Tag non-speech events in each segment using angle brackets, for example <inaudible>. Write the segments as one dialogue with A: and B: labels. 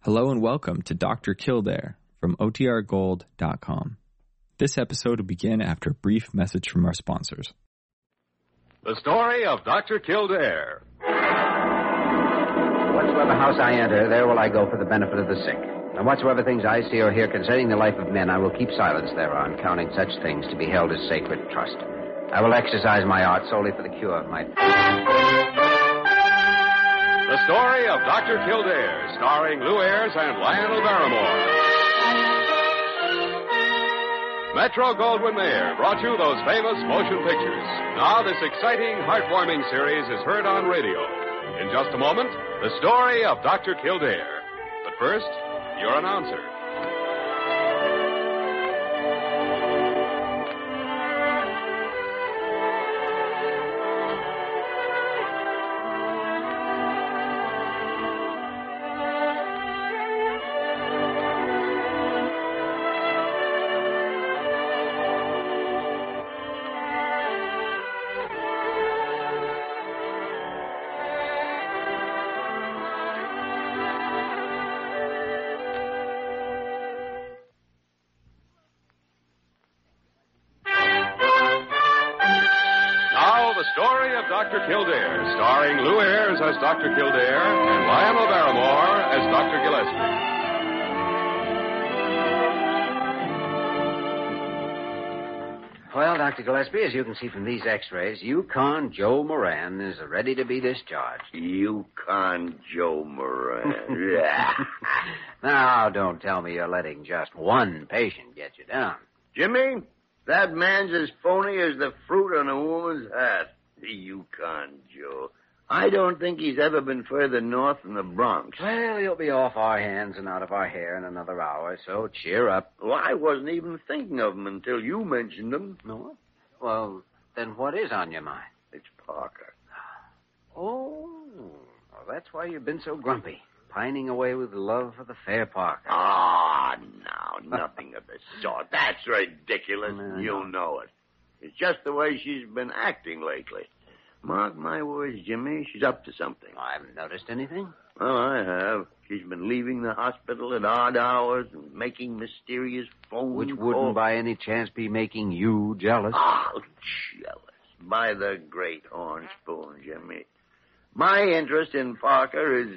A: Hello and welcome to Dr. Kildare from OTRGold.com. This episode will begin after a brief message from our sponsors.
B: The story of Dr. Kildare.
C: Whatsoever house I enter, there will I go for the benefit of the sick. And whatsoever things I see or hear concerning the life of men, I will keep silence thereon, counting such things to be held as sacred trust. I will exercise my art solely for the cure of my.
B: The story of Dr. Kildare, starring Lou Ayres and Lionel Barrymore. Metro Goldwyn Mayer brought you those famous motion pictures. Now, this exciting, heartwarming series is heard on radio. In just a moment, the story of Dr. Kildare. But first, your announcer. Now, the story of Dr. Kildare, starring Lou Ayres as Dr. Kildare and Lionel Barrymore as Dr. Gillespie.
C: Well, Dr. Gillespie, as you can see from these x rays, Yukon Joe Moran is ready to be discharged. <laughs>
D: Yukon Joe Moran. <laughs> Yeah.
C: Now, don't tell me you're letting just one patient get you down.
D: Jimmy, that man's as phony as the fruit on a woman's hat. The Yukon Joe. I don't think he's ever been further north than the Bronx.
C: Well, he'll be off our hands and out of our hair in another hour, so cheer up.
D: Well, I wasn't even thinking of him until you mentioned him.
C: No? Well, then what is on your mind?
D: It's Parker.
C: Oh, well, that's why you've been so grumpy, pining away with love for the fair Oh, Parker.
D: Ah, no,
C: <laughs>
D: nothing of the sort. That's ridiculous.
C: No.
D: You know it. It's just the way she's been acting lately. Mark my words, Jimmy, she's up to something.
C: I haven't noticed anything.
D: Well, I have. She's been leaving the hospital at odd hours and making mysterious phone
C: Which
D: calls.
C: wouldn't by any chance be making you jealous.
D: Oh, jealous. By the great horn spoon, Jimmy. My interest in Parker is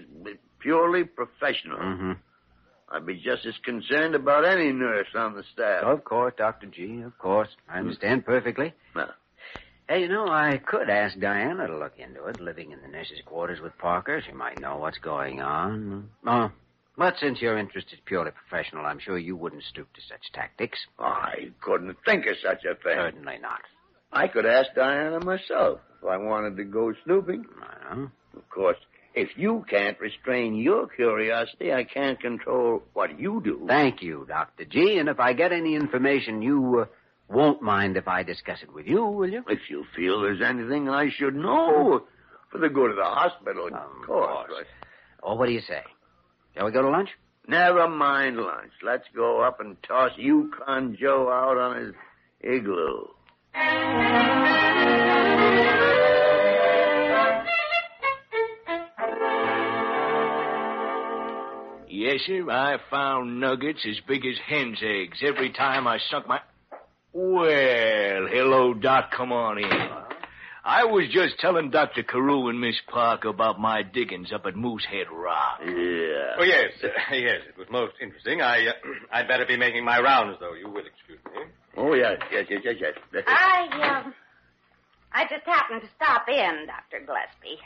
D: purely professional.
C: Mm-hmm.
D: I'd be just as concerned about any nurse on the staff.
C: Of course, Dr. G, of course. I understand perfectly.
D: No.
C: Hey, you know, I could ask Diana to look into it, living in the nurse's quarters with Parker. She might know what's going on. Oh, but since your interest is purely professional, I'm sure you wouldn't stoop to such tactics.
D: I couldn't think of such a thing.
C: Certainly not.
D: I could ask Diana myself if I wanted to go snooping.
C: I know.
D: Of course, if you can't restrain your curiosity, I can't control what you do.
C: Thank you, Dr. G, and if I get any information, you uh, won't mind if I discuss it with you, will you?
D: If you feel there's anything I should know, for the good of the hospital,
C: Of
D: of course.
C: course. Or what do you say? Shall we go to lunch?
D: Never mind lunch. Let's go up and toss Yukon Joe out on his igloo.
E: Yes, sir. I found nuggets as big as hen's eggs every time I sunk my. Well, hello, Doc. Come on in. I was just telling Dr. Carew and Miss Parker about my diggings up at Moosehead Rock.
D: Yeah.
B: Oh, yes, <laughs> yes, it was most interesting. I, uh, <clears throat> I'd better be making my rounds, though. You will excuse me.
D: Oh, yes, yes, yes, yes, yes.
F: I, um, I just happened to stop in, Dr. Gillespie.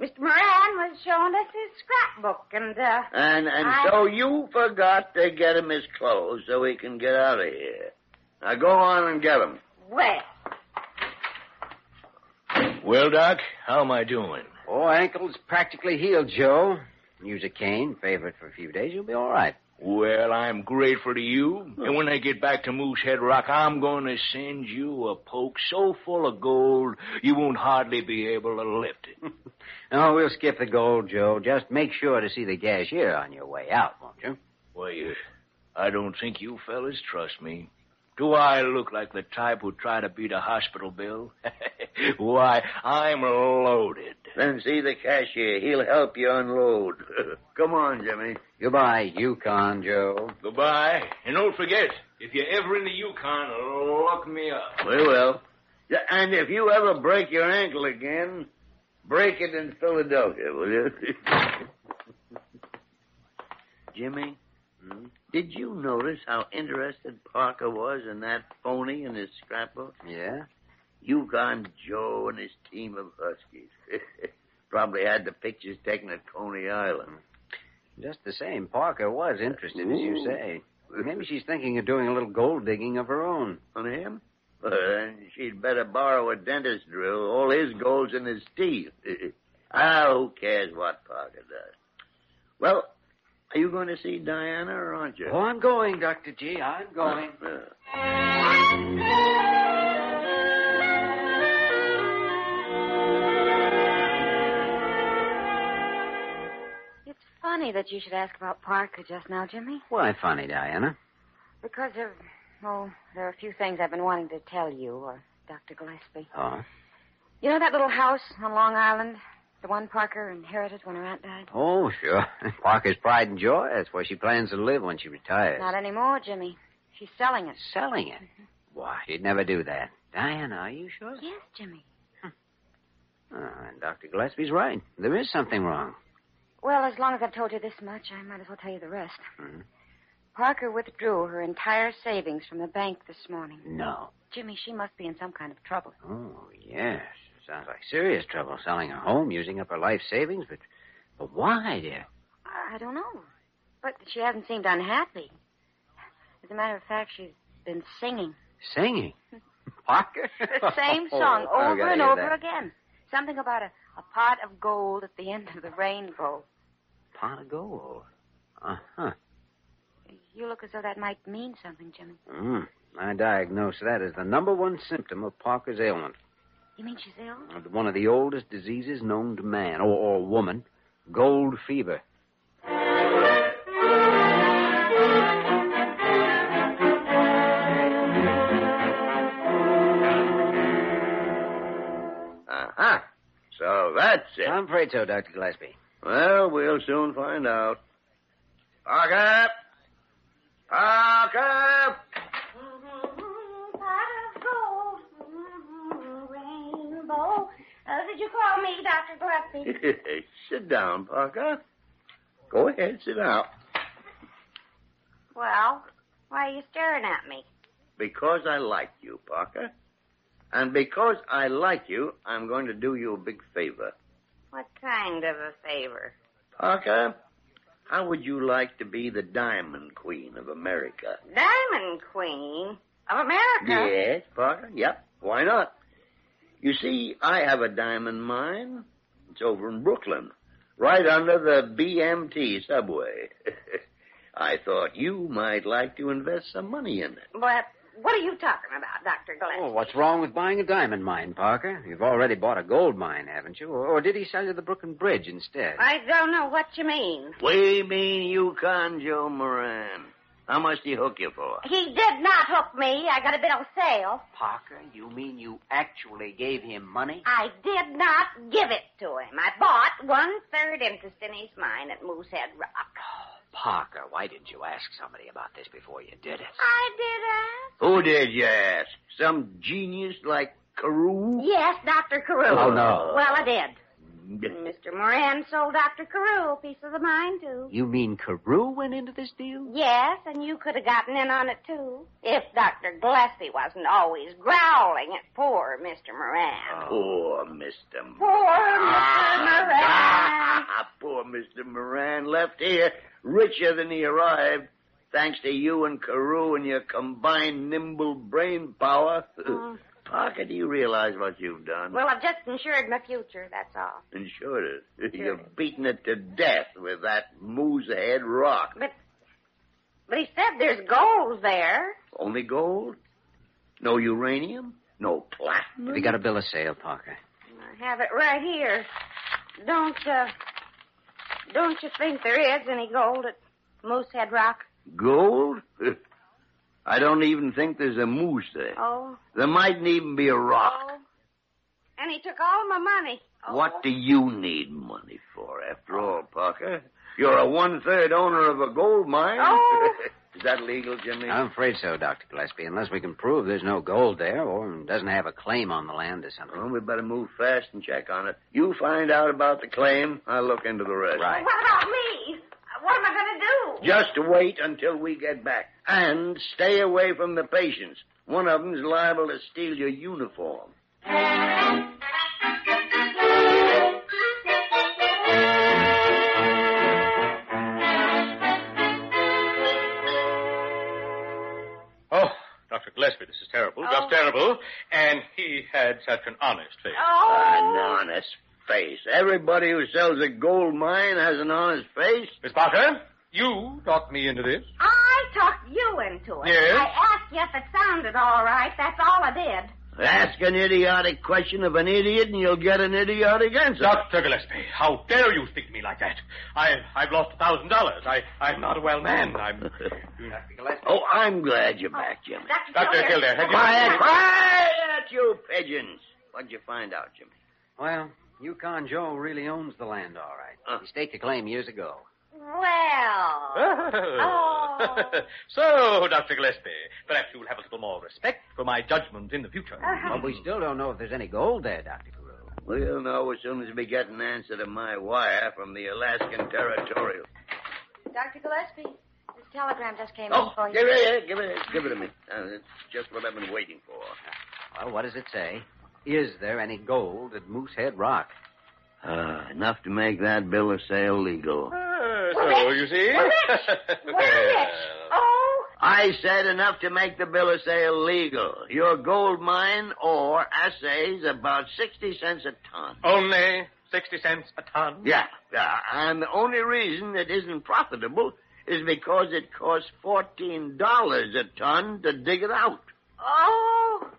F: Mr. Moran was showing us his scrapbook, and, uh,
D: And and
F: I-
D: so you forgot to get him his clothes so he can get out of here. Now go on and get him.
F: well,
E: Well, Doc, how am I doing?
C: Oh, ankle's practically healed, Joe. Use a cane, favor it for a few days, you'll be all right.
E: Well, I'm grateful to you. And when I get back to Moosehead Rock, I'm going to send you a poke so full of gold you won't hardly be able to lift it.
C: No, we'll skip the gold, Joe. Just make sure to see the cashier on your way out, won't you?
E: Why, uh, I don't think you fellas trust me. Do I look like the type who try to beat a hospital bill? <laughs> Why, I'm loaded.
D: Then see the cashier. He'll help
E: <laughs>
D: you unload. Come on, Jimmy.
C: Goodbye, Yukon Joe.
E: Goodbye. And don't forget, if you're ever in the Yukon, look me up.
D: We will. Yeah, And if you ever break your ankle again, break it in Philadelphia, will you? <laughs> Jimmy, hmm? did you notice how interested Parker was in that phony and his scrapbook?
C: Yeah?
D: Yukon Joe and his team of Huskies. <laughs> Probably had the pictures taken at Coney Island.
C: Just the same, Parker was interested, as you say. Maybe she's thinking of doing a little gold digging of her own.
D: <laughs> On him? Well, then she'd better borrow a dentist drill. All his gold's in his teeth. <laughs> ah, who cares what Parker does? Well, are you going to see Diana or aren't you?
C: Oh, I'm going, Dr. G. I'm going.
D: Uh,
F: It's funny that you should ask about Parker just now, Jimmy.
C: Why funny, Diana?
F: Because of, oh, there are a few things I've been wanting to tell you or Dr. Gillespie.
C: Oh.
F: You know that little house on Long Island? The one Parker inherited when her aunt died?
C: Oh, sure. <laughs> Parker's pride and joy. That's where she plans to live when she retires.
F: Not Mm-hmm. anymore, Jimmy. She's selling it.
C: Selling it? Why, she'd never do that. Diana, are you sure?
F: Yes, Jimmy.
C: Oh, and Dr. Gillespie's right. There is something wrong.
F: Well, as long as I've told you this much, I might as well tell you the rest.
C: Mhm.
F: Parker withdrew her entire savings from the bank this morning.
C: No.
F: Jimmy, she must be in some kind of trouble.
C: Oh, yes. Sounds like serious trouble selling her home, using up her life savings, but, but why, dear?
F: I I don't know. But she hasn't seemed unhappy. As a matter of fact, she's been singing
C: Singing. Parker?
F: <laughs> the same song
C: <laughs> Oh, I
F: over
C: gotta
F: and
C: hear
F: over
C: that.
F: again. Something about a, a pot of gold at the end of the rainbow.
C: Pot of gold. Uh huh.
F: You look as though that might mean something, Jimmy.
C: Mm. I diagnose that as the number one symptom of Parker's ailment.
F: You mean she's ill?
C: One of the oldest diseases known to man, or, or woman, gold fever.
D: uh-huh. So that's it.
C: I'm afraid so, Dr. Gillespie.
D: Well, we'll soon find out. Parker! Parker!
F: Rainbow. Uh, did you call me, Dr. Gillespie?
D: <laughs> sit down, Parker. Go ahead, sit down.
F: Well, why are you staring at me?
D: Because I like you, Parker. And because I like you, I'm going to do you a big favor.
F: What kind of a favor?
D: Parker, how would you like to be the Diamond Queen of America?
F: Diamond Queen of America.
D: Yes, Parker. Yep. Why not? You see, I have a diamond mine. It's over in Brooklyn, right under the BMT subway. <laughs> I thought you might like to invest some money in it.
F: But what are you talking about, Dr. Gillespie?
C: Oh, what's wrong with buying a diamond mine, Parker? You've already bought a gold mine, haven't you? Or, or did he sell you the Brooklyn Bridge instead?
F: I don't know what you mean.
D: We mean you, Conjo Moran. How much do you hook you for?
F: He did not hook me. I got a bit of sale.
C: Parker, you mean you actually gave him money?
F: I did not give it to him. I bought one third interest in his mine at Moosehead Rock.
C: <sighs> Parker, why didn't you ask somebody about this before you did it?
F: I did
D: Who did you ask? Some genius like Carew?
F: ask. Yes, Dr. Carew.
C: Oh, no.
F: Well, I did. And Mr. Moran sold Dr. Carew a piece of the mine, too.
C: You mean Carew went into this deal?
F: Yes, and you could have gotten in on it, too, if Dr. Gillespie wasn't always growling at poor Mr. Moran.
D: Poor Mr. Moran.
F: Poor Mr. Moran.
D: Ah, poor Mr. Moran left here richer than he arrived, thanks to you and Carew and your combined nimble brain power. <laughs> Parker, do you realize what you've done?
F: Uh-huh. Well, I've just insured my future, that's all.
D: Insured it. You've beaten it to death with that moosehead rock.
F: But but he said there's gold there.
D: Only gold? No uranium? No platinum?
C: Have you got a bill of sale, Parker?
F: I have it right here. Don't uh don't you think there is any gold at Moosehead Rock?
D: Gold? <laughs> I don't even think there's a moose there.
F: Oh.
D: There mightn't even be a rock.
F: Oh. And he took all my money. Oh.
D: What do you need money for, after all, Parker? You're a one-third owner of a gold mine.
F: Oh.
D: <laughs> Is that legal, Jimmy?
C: I'm afraid so, Dr. Gillespie, unless we can prove there's no gold there or doesn't have a claim on the land or something.
D: Well, we better move fast and check on it. You find out about the claim. I'll look into the rest.
C: Right.
F: What about me? What am I going to do?
D: Just wait until we get back. And stay away from the patients. One of them's liable to steal your uniform.
B: Oh, Dr. Gillespie, this is terrible,
F: Oh.
B: just terrible. And he had such an honest face.
D: An
F: Oh.
D: honest face. Everybody who sells a gold mine has an honest face.
B: Miss Parker, you talked me into this.
F: I talked you into it.
B: Yes?
F: I asked you if it sounded all right. That's all I did.
D: Ask an idiotic question of an idiot, and you'll get an idiotic answer.
B: Dr. Gillespie, how dare you speak to me like that? I, I've lost a thousand dollars. I, I'm not a well
D: <laughs>
B: man. I'm. Dr. Gillespie.
D: Oh, I'm glad you're back, Jimmy.
F: Dr.
B: Dr. Kildare, have you...
D: Quiet, quiet, you pigeons. What'd you find out, Jimmy?
C: Well, Yukon Joe really owns the land, all right.
D: Huh.
C: He staked a claim years ago.
F: Well. Oh.
B: <laughs> so, Dr. Gillespie, perhaps you will have a little more respect for my judgment in the future.
F: Uh-huh.
C: But we still don't know if there's any gold there, Dr. Carew.
D: We'll know as soon as we get an answer to my wire from the Alaskan Territorial.
F: Dr. Gillespie, this telegram just came
D: Oh,
F: in for you.
D: give it, give it, give it to me. Uh, it's just what I've been waiting for.
C: Well, what does it say? Is there any gold at Moosehead Rock?
D: Uh, enough to make that bill of sale legal.
B: Uh, so,
F: Well,
B: you see?
F: Well,
B: <laughs>
F: Well, it's... Oh.
D: I said enough to make the bill of sale legal. Your gold mine or assays about 60 cents a ton.
B: Only 60 cents a ton?
D: Yeah, yeah. And the only reason it isn't profitable is because it costs $14 a ton to dig it out.
F: Oh.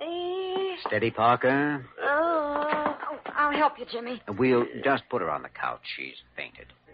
F: Eh.
C: Steady, Parker.
F: Oh. oh, I'll help you, Jimmy.
C: We'll just put her on the couch. She's fainted.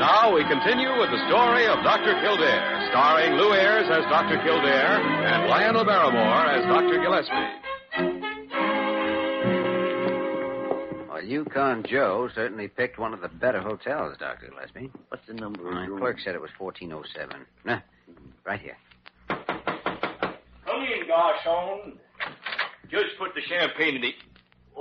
G: Now we continue with the story of Dr. Kildare, starring Lou Ayres as Dr. Kildare and Lionel Barrymore as Dr. Gillespie.
C: Well, Yukon Joe certainly picked one of the better hotels, Dr. Gillespie.
D: What's the number
C: My
D: of room?
C: clerk said it was 1407. Nah, right here.
E: Come in, Garson. Just put the champagne in the.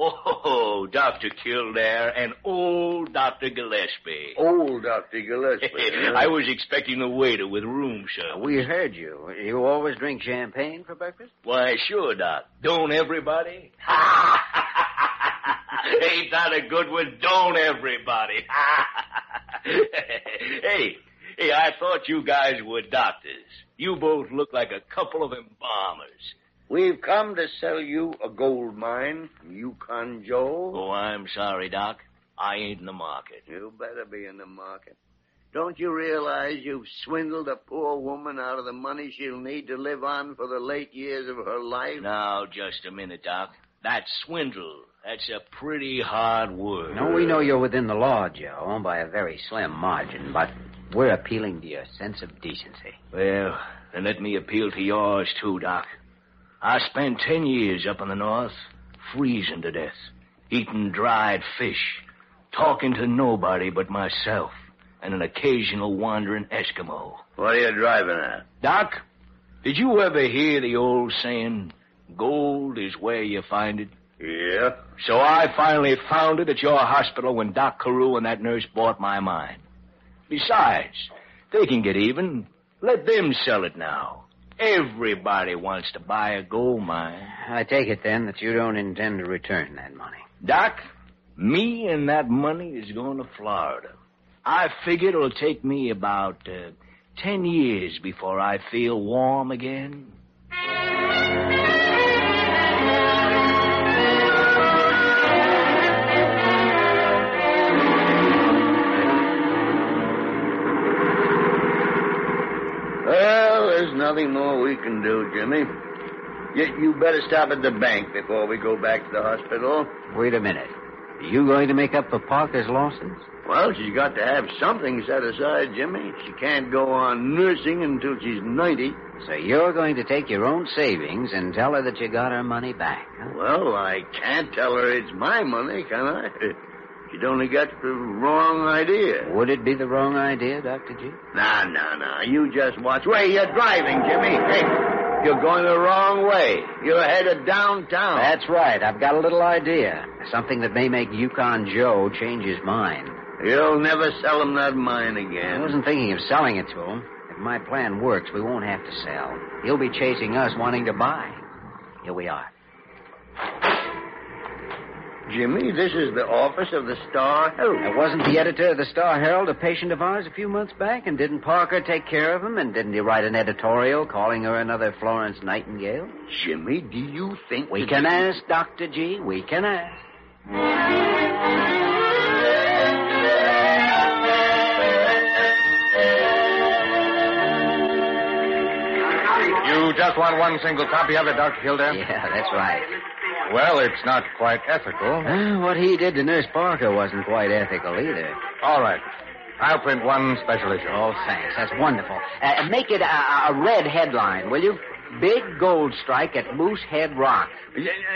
E: Oh, Dr. Kildare and old Dr. Gillespie. <laughs>
D: Old Dr.
C: <laughs>
D: Gillespie.
E: I was expecting the waiter with room service.
C: We heard you. You always drink champagne for breakfast?
E: Why, sure, Doc. Don't everybody? <laughs> Ain't that a good one? Don't everybody? <laughs> hey, hey, I thought you guys were doctors. You both look like a couple of embalmers.
D: We've come to sell you a gold mine from Yukon Joe.
E: Oh, I'm sorry, Doc. I ain't in the market.
D: You better be in the market. Don't you realize you've swindled a poor woman out of the money she'll need to live on for the late years of her life?
E: Now, just a minute, Doc. That's swindle. That's a pretty hard word.
C: No, we know you're within the law, Joe, by a very slim margin, but we're appealing to your sense of decency.
E: Well, then let me appeal to yours, too, Doc. I spent ten years up in the North, freezing to death, eating dried fish, talking to nobody but myself, and an occasional wandering Eskimo.
D: What are you driving at?
E: Doc, did you ever hear the old saying, gold is where you find it?
D: Yeah. Yeah?
E: So I finally found it at your hospital when Doc Carew and that nurse bought my mine. Besides, they can get even. Let them sell it now. Everybody wants to buy a gold mine.
C: I take it then that you don't intend to return that money.
E: Doc, me and that money is going to Florida. I figure it'll take me about uh, ten years before I feel warm again.
D: Well, there's nothing more we can do, Jimmy. You, you better stop at the bank before we go back to the hospital.
C: Wait a minute. Are you going to make up for Parker's losses?
D: Well, she's got to have something set aside, Jimmy. She can't go on nursing until she's 90.
C: So you're going to take your own savings and tell her that you got her money back, huh?
D: Well, I can't tell her it's my money, can I? <laughs> She'd only got the wrong idea.
C: Would it be the wrong idea, Dr. G?
D: No, no, no. You just watch where you're driving, Jimmy. Hey, you're going the wrong way. You're headed downtown.
C: That's right. I've got a little idea. Something that may make Yukon Joe change his mind.
D: You'll never sell him that mine
C: I
D: again.
C: wasn't thinking of selling it to him. If my plan works, we won't have to sell. He'll be chasing us wanting to buy. Here we are.
D: Jimmy, this is the office of the Star Herald.
C: Now, wasn't the editor of the Star Herald a patient of ours a few months back? And didn't Parker take care of him? And didn't he write an editorial calling her another Florence Nightingale?
D: Jimmy, do you think
C: We can ask, Dr. G. We can ask.
G: You just want one single copy of it, Dr. Kildare?
C: Yeah, that's right.
G: Well, it's not quite ethical.
C: Uh, what he did to Nurse Parker wasn't quite ethical either.
G: All right. I'll print one special issue.
C: Oh, thanks. That's wonderful. Uh, make it a, a red headline, will you? Big gold strike at Moose Head Rock.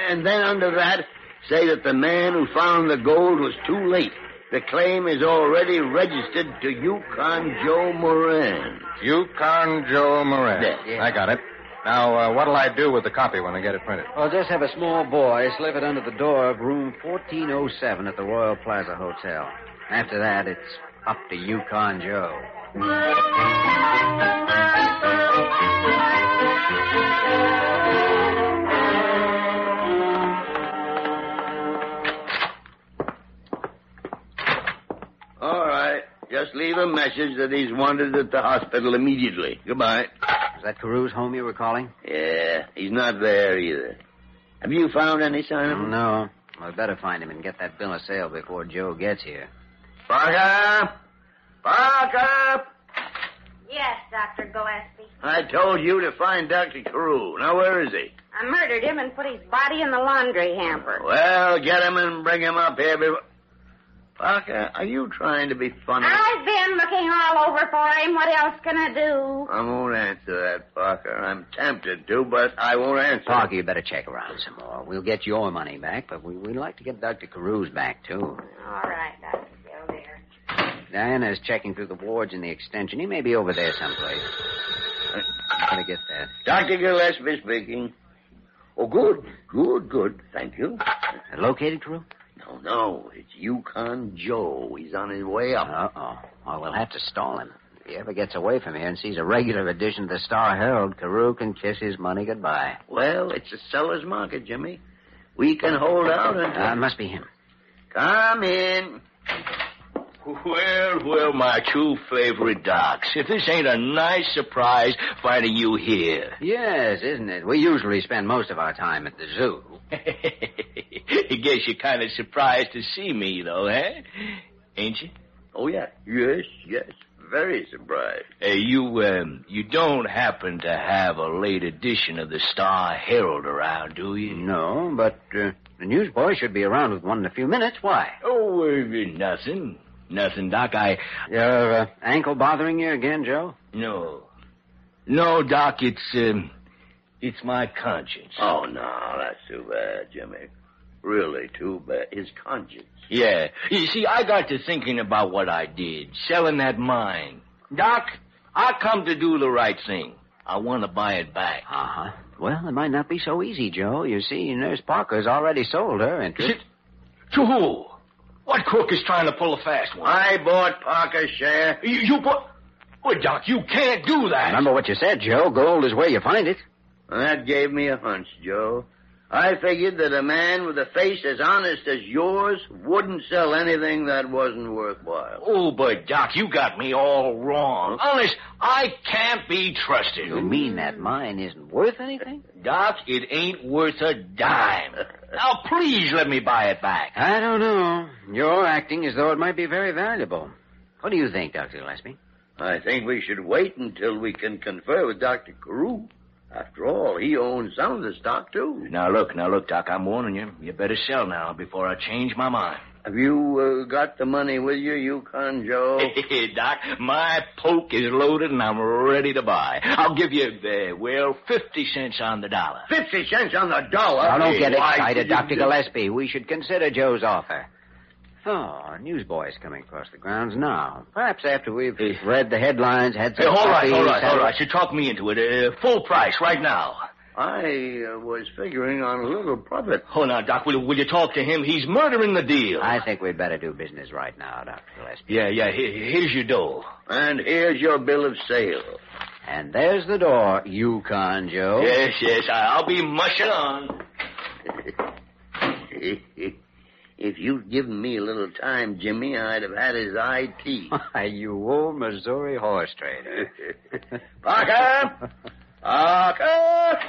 D: And then under that, say that the man who found the gold was too late. The claim is already registered to Yukon Joe Moran.
G: Yukon Joe Moran.
D: Yeah,
C: yeah.
G: I got it. Now, uh, what'll I do with the copy when I get it printed?
C: Well, just have a small boy slip it under the door of room 1407 at the Royal Plaza Hotel. After that, it's up to Yukon Joe.
D: All right. Just leave a message that he's wanted at the hospital immediately. Goodbye.
C: Is that Carew's home you were calling?
D: Yeah, he's not there either. Have you found any sign of him?
C: No. Well, I'd better find him and get that bill of sale before Joe gets here.
D: Parker! Parker!
F: Yes, Dr. Gillespie.
D: I told you to find Dr. Carew. Now, where is he?
F: I murdered him and put his body in the laundry hamper.
D: Well, get him and bring him up here before... Parker, are you trying to be funny?
F: I've been looking all over for him. What else can I do?
D: I won't answer that, Parker. I'm tempted to, but I won't answer.
C: Parker, you better check around some more. We'll get your money back, but we, we'd like to get Dr. Carew's back, too.
F: All right, Dr. Kildare.
C: Diana is checking through the wards in the extension. He may be over there someplace. Gotta get that.
D: Dr. Gillespie speaking. Oh, good, good, good. Thank you.
C: Located, Carew?
D: No, no, it's Yukon Joe. He's on his way up.
C: Uh-oh. Well, we'll have to stall him. If he ever gets away from here and sees a regular edition of the Star Herald, Carew can kiss his money goodbye.
D: Well, it's a seller's market, Jimmy. We can hold out until...
C: Uh, it must be him.
D: Come in.
E: Well, well, my two favorite docs. If this ain't a nice surprise finding you here. <laughs>
C: Yes, isn't it? We usually spend most of our time at the zoo.
E: I guess you're kind of surprised to see me, though, eh? Ain't you?
D: Oh, yeah. Yes, yes. Very surprised.
E: Hey, you, um, you don't happen to have a late edition of the Star Herald around, do you?
C: No, but uh, the newsboy should be around with one in a few minutes. Why?
E: Oh, uh, nothing. Nothing, Doc. I.
C: Your uh, ankle bothering you again, Joe?
E: No. No, Doc, it's, um, it's my conscience.
D: Oh, no, that's too bad, Jimmy. Really too bad. His conscience.
E: Yeah. You see, I got to thinking about what I did, selling that mine. Doc, I come to do the right thing. I want to buy it back.
C: Uh huh. Well, it might not be so easy, Joe. You see, Nurse Parker's already sold her interest.
E: To who? What crook is trying to pull a fast one?
D: I bought Parker's share.
E: You, you bought. Well, Doc, you can't do that.
C: Remember what you said, Joe. Gold is where you find it.
D: And that gave me a hunch, Joe. I figured that a man with a face as honest as yours wouldn't sell anything that wasn't worthwhile.
E: Oh, but Doc, you got me all wrong. Honest, I can't be trusted.
C: You mean that mine isn't worth anything?
E: Doc, it ain't worth a
C: <laughs>
E: dime. Now, please let me buy it back.
C: I don't know. You're acting as though it might be very valuable. What do you think, Dr. Gillespie?
D: I think we should wait until we can confer with Dr. Carew. After all, he owns some of the stock, too.
E: Now, look, now, look, Doc, I'm warning you. You better sell now before I change my mind.
D: Have you uh, got the money with you,
E: <laughs>
D: Yukon Joe?
E: Doc, my poke is loaded and I'm ready to buy. I'll give you, uh, well, 50 cents on the dollar.
D: Fifty cents on the
E: Uh,
D: dollar.
C: Now, don't get
D: Hey, why
C: excited,
D: did you
C: Dr.
D: do-
C: Gillespie. We should consider Joe's offer. Oh, our newsboy's coming across the grounds now. Perhaps after we've read the headlines, had
E: Hey,
C: some
E: all right,
C: coffee,
E: all right,
C: sat-
E: all right. You talk me into it. Uh, full price right now.
D: I uh, was figuring on a little profit.
E: Oh, now, Doc, will, will you talk to him? He's murdering the deal.
C: I think we'd better do business right now, Dr. Gillespie.
E: Yeah, yeah, here, here's your dough.
D: And here's your bill of sale.
C: And there's the door, Yukon Joe.
E: Yes, yes, I- I'll be mushing on.
D: <laughs> if you'd given me a little time, Jimmy, I'd have had his
C: <laughs>
D: IT.
C: Why, you old Missouri horse trader.
D: Parker!
E: Ah,
D: Parker!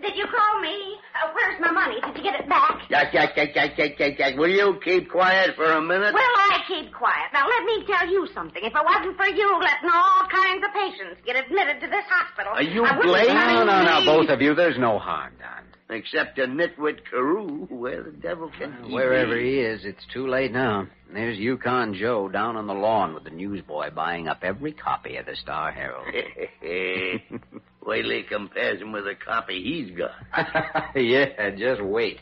F: Did you call me? Uh, where's my money? Did you get it back?
D: <laughs> Jack, Jack, Jack, Jack, Jack, Jack, Jack. Will you keep quiet for a minute?
F: Well, I keep quiet. Now, let me tell you something. If it wasn't for you letting all kinds of patients get admitted to this hospital,
D: Are you
F: I wouldn't
D: blazed?
C: No,
F: have-
C: no, no, both of you. There's no harm done.
D: Except a nitwit Carew. Where the devil can he
C: Wherever
D: be?
C: he is, it's too late now. There's Yukon Joe down on the lawn with the newsboy buying up every copy of the Star
D: <laughs>
C: Herald.
D: Wait till he compares him with the copy he's got.
C: <laughs> yeah, just wait.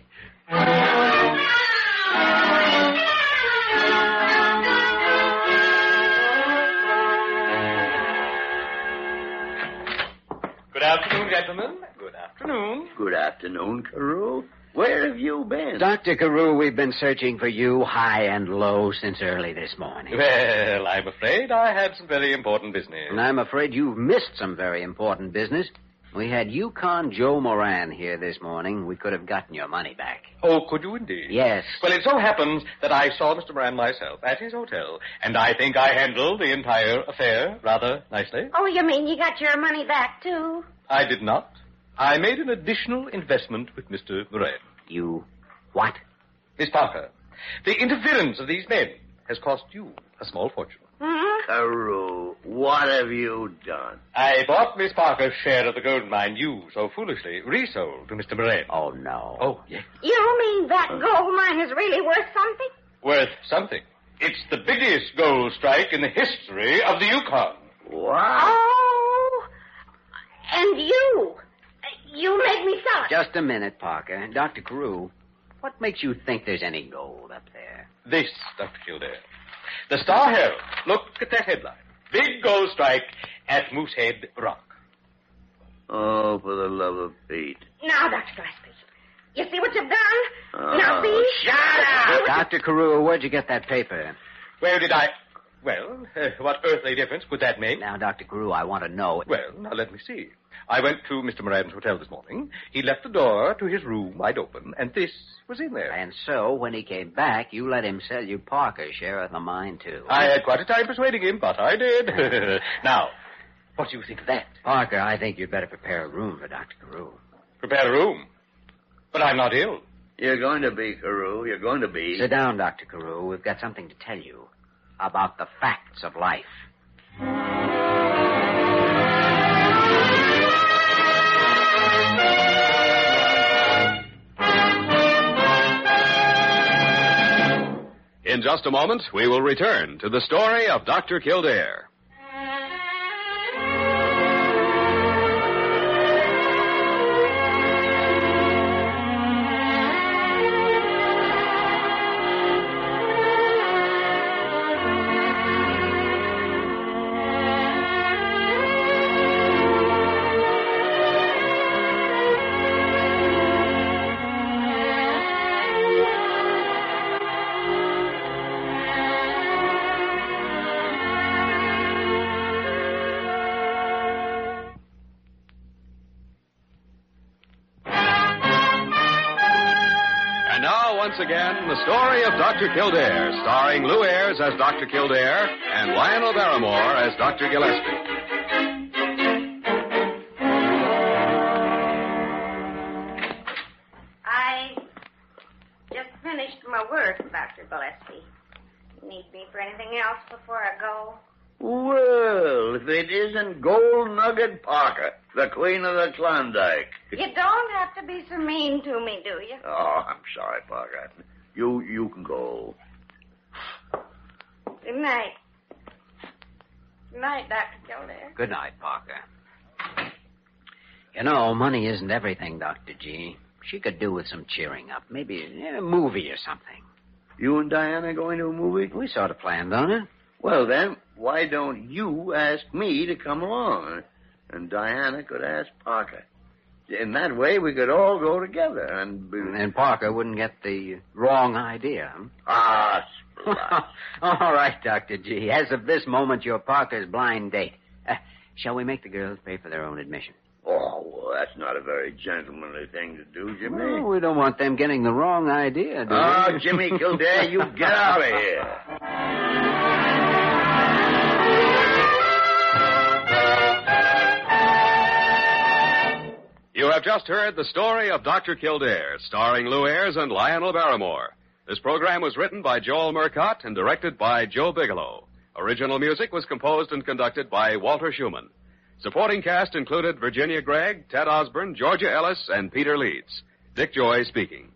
B: Good afternoon, gentlemen. Good afternoon.
D: Good afternoon, Carew. Where have you been?
C: Dr. Carew, we've been searching for you high and low since early this morning.
B: Well, I'm afraid I had some very important business.
C: And I'm afraid you've missed some very important business. We had Yukon Joe Moran here this morning. We could have gotten your money back.
B: Oh, could you indeed?
C: Yes.
B: Well, it so happens that I saw Mr. Moran myself at his hotel, and I think I handled the entire affair rather nicely.
F: Oh, you mean you got your money back, too?
B: I did not. I made an additional investment with Mr. Moran.
C: You what?
B: Miss Parker, the interference of these men has cost you a small fortune.
F: Hmm?
D: Carew, what have you done?
B: I bought Miss Parker's share of the gold mine you so foolishly resold to Mr. Moran.
C: Oh no.
B: Oh, yes.
F: You mean that gold mine is really worth something?
B: Worth something. It's the biggest gold strike in the history of the Yukon.
C: Uh-huh.
D: What?
F: Oh, and you. You made me sell it.
C: Just a minute, Parker. Dr. Carew, what makes you think there's any gold up there?
B: This, Dr. Kildare. The Star Herald. Look at that headline. Big gold strike at Moosehead Rock.
D: Oh, for the love of Pete.
F: Now, Dr. Gillespie, you see what you've done?
D: Oh,
F: now, see? Shut
C: Dr. Carew, where'd you get that paper?
B: Where did I... Well, <laughs> uh, what earthly difference would that make?
C: Now, Dr. Carew, I want to know.
B: Well, now let me see. I went to Mr. Moran's hotel this morning. He left the door to his room wide open, and this was in there.
C: And so, when he came back, you let him sell you Parker's share of the mine, too.
B: I uh, had quite a time persuading him, but I did. <laughs> now, what do you think of that?
C: Parker, I think you'd better prepare a room for Dr. Carew.
B: Prepare a room. But I'm not ill.
D: You're going to be, Carew. You're going to be.
C: Sit down, Dr. Carew. We've got something to tell you about the facts of life.
G: In just a moment, we will return to the story of Dr. Kildare. once again the story of Dr. Kildare, starring Lou Ayres as Dr. Kildare and Lionel Barrymore as Dr. Gillespie.
F: I just finished my work, Dr. Gillespie. Need me for anything else before I go?
D: Well, if it isn't Gold Nugget Parker, the queen of the Klondike.
F: You don't have to be so mean to me, do you?
D: Oh, I'm sorry, Parker. You you can go.
F: Good night. Good night, Dr. Kildare.
C: Good night, Parker. You know, money isn't everything, Dr. G. She could do with some cheering up. Maybe eh, a movie or something.
D: You and Diana going to a movie?
C: We sort of planned on it.
D: Well then, why don't you ask me to come along? And Diana could ask Parker. In that way we could all go together and be...
C: And Parker wouldn't get the wrong idea. <laughs> huh?
D: Ah
C: <laughs>
D: splat.
C: All right, Dr. G. As of this moment, you're Parker's blind date. Uh, shall we make the girls pay for their own admission?
D: Oh, well, that's not a very gentlemanly thing to do,
C: Well,
D: Jimmy.
C: we don't want them getting the wrong idea, do
D: Oh,
C: we?
D: Jimmy Kildare,
C: <laughs>
D: you get out of here.
G: You have just heard the story of Dr. Kildare, starring Lou Ayres and Lionel Barrymore. This program was written by Joel Murcott and directed by Joe Bigelow. Original music was composed and conducted by Walter Schumann. Supporting cast included Virginia Gregg, Ted Osborne, Georgia Ellis, and Peter Leeds. Dick Joy speaking.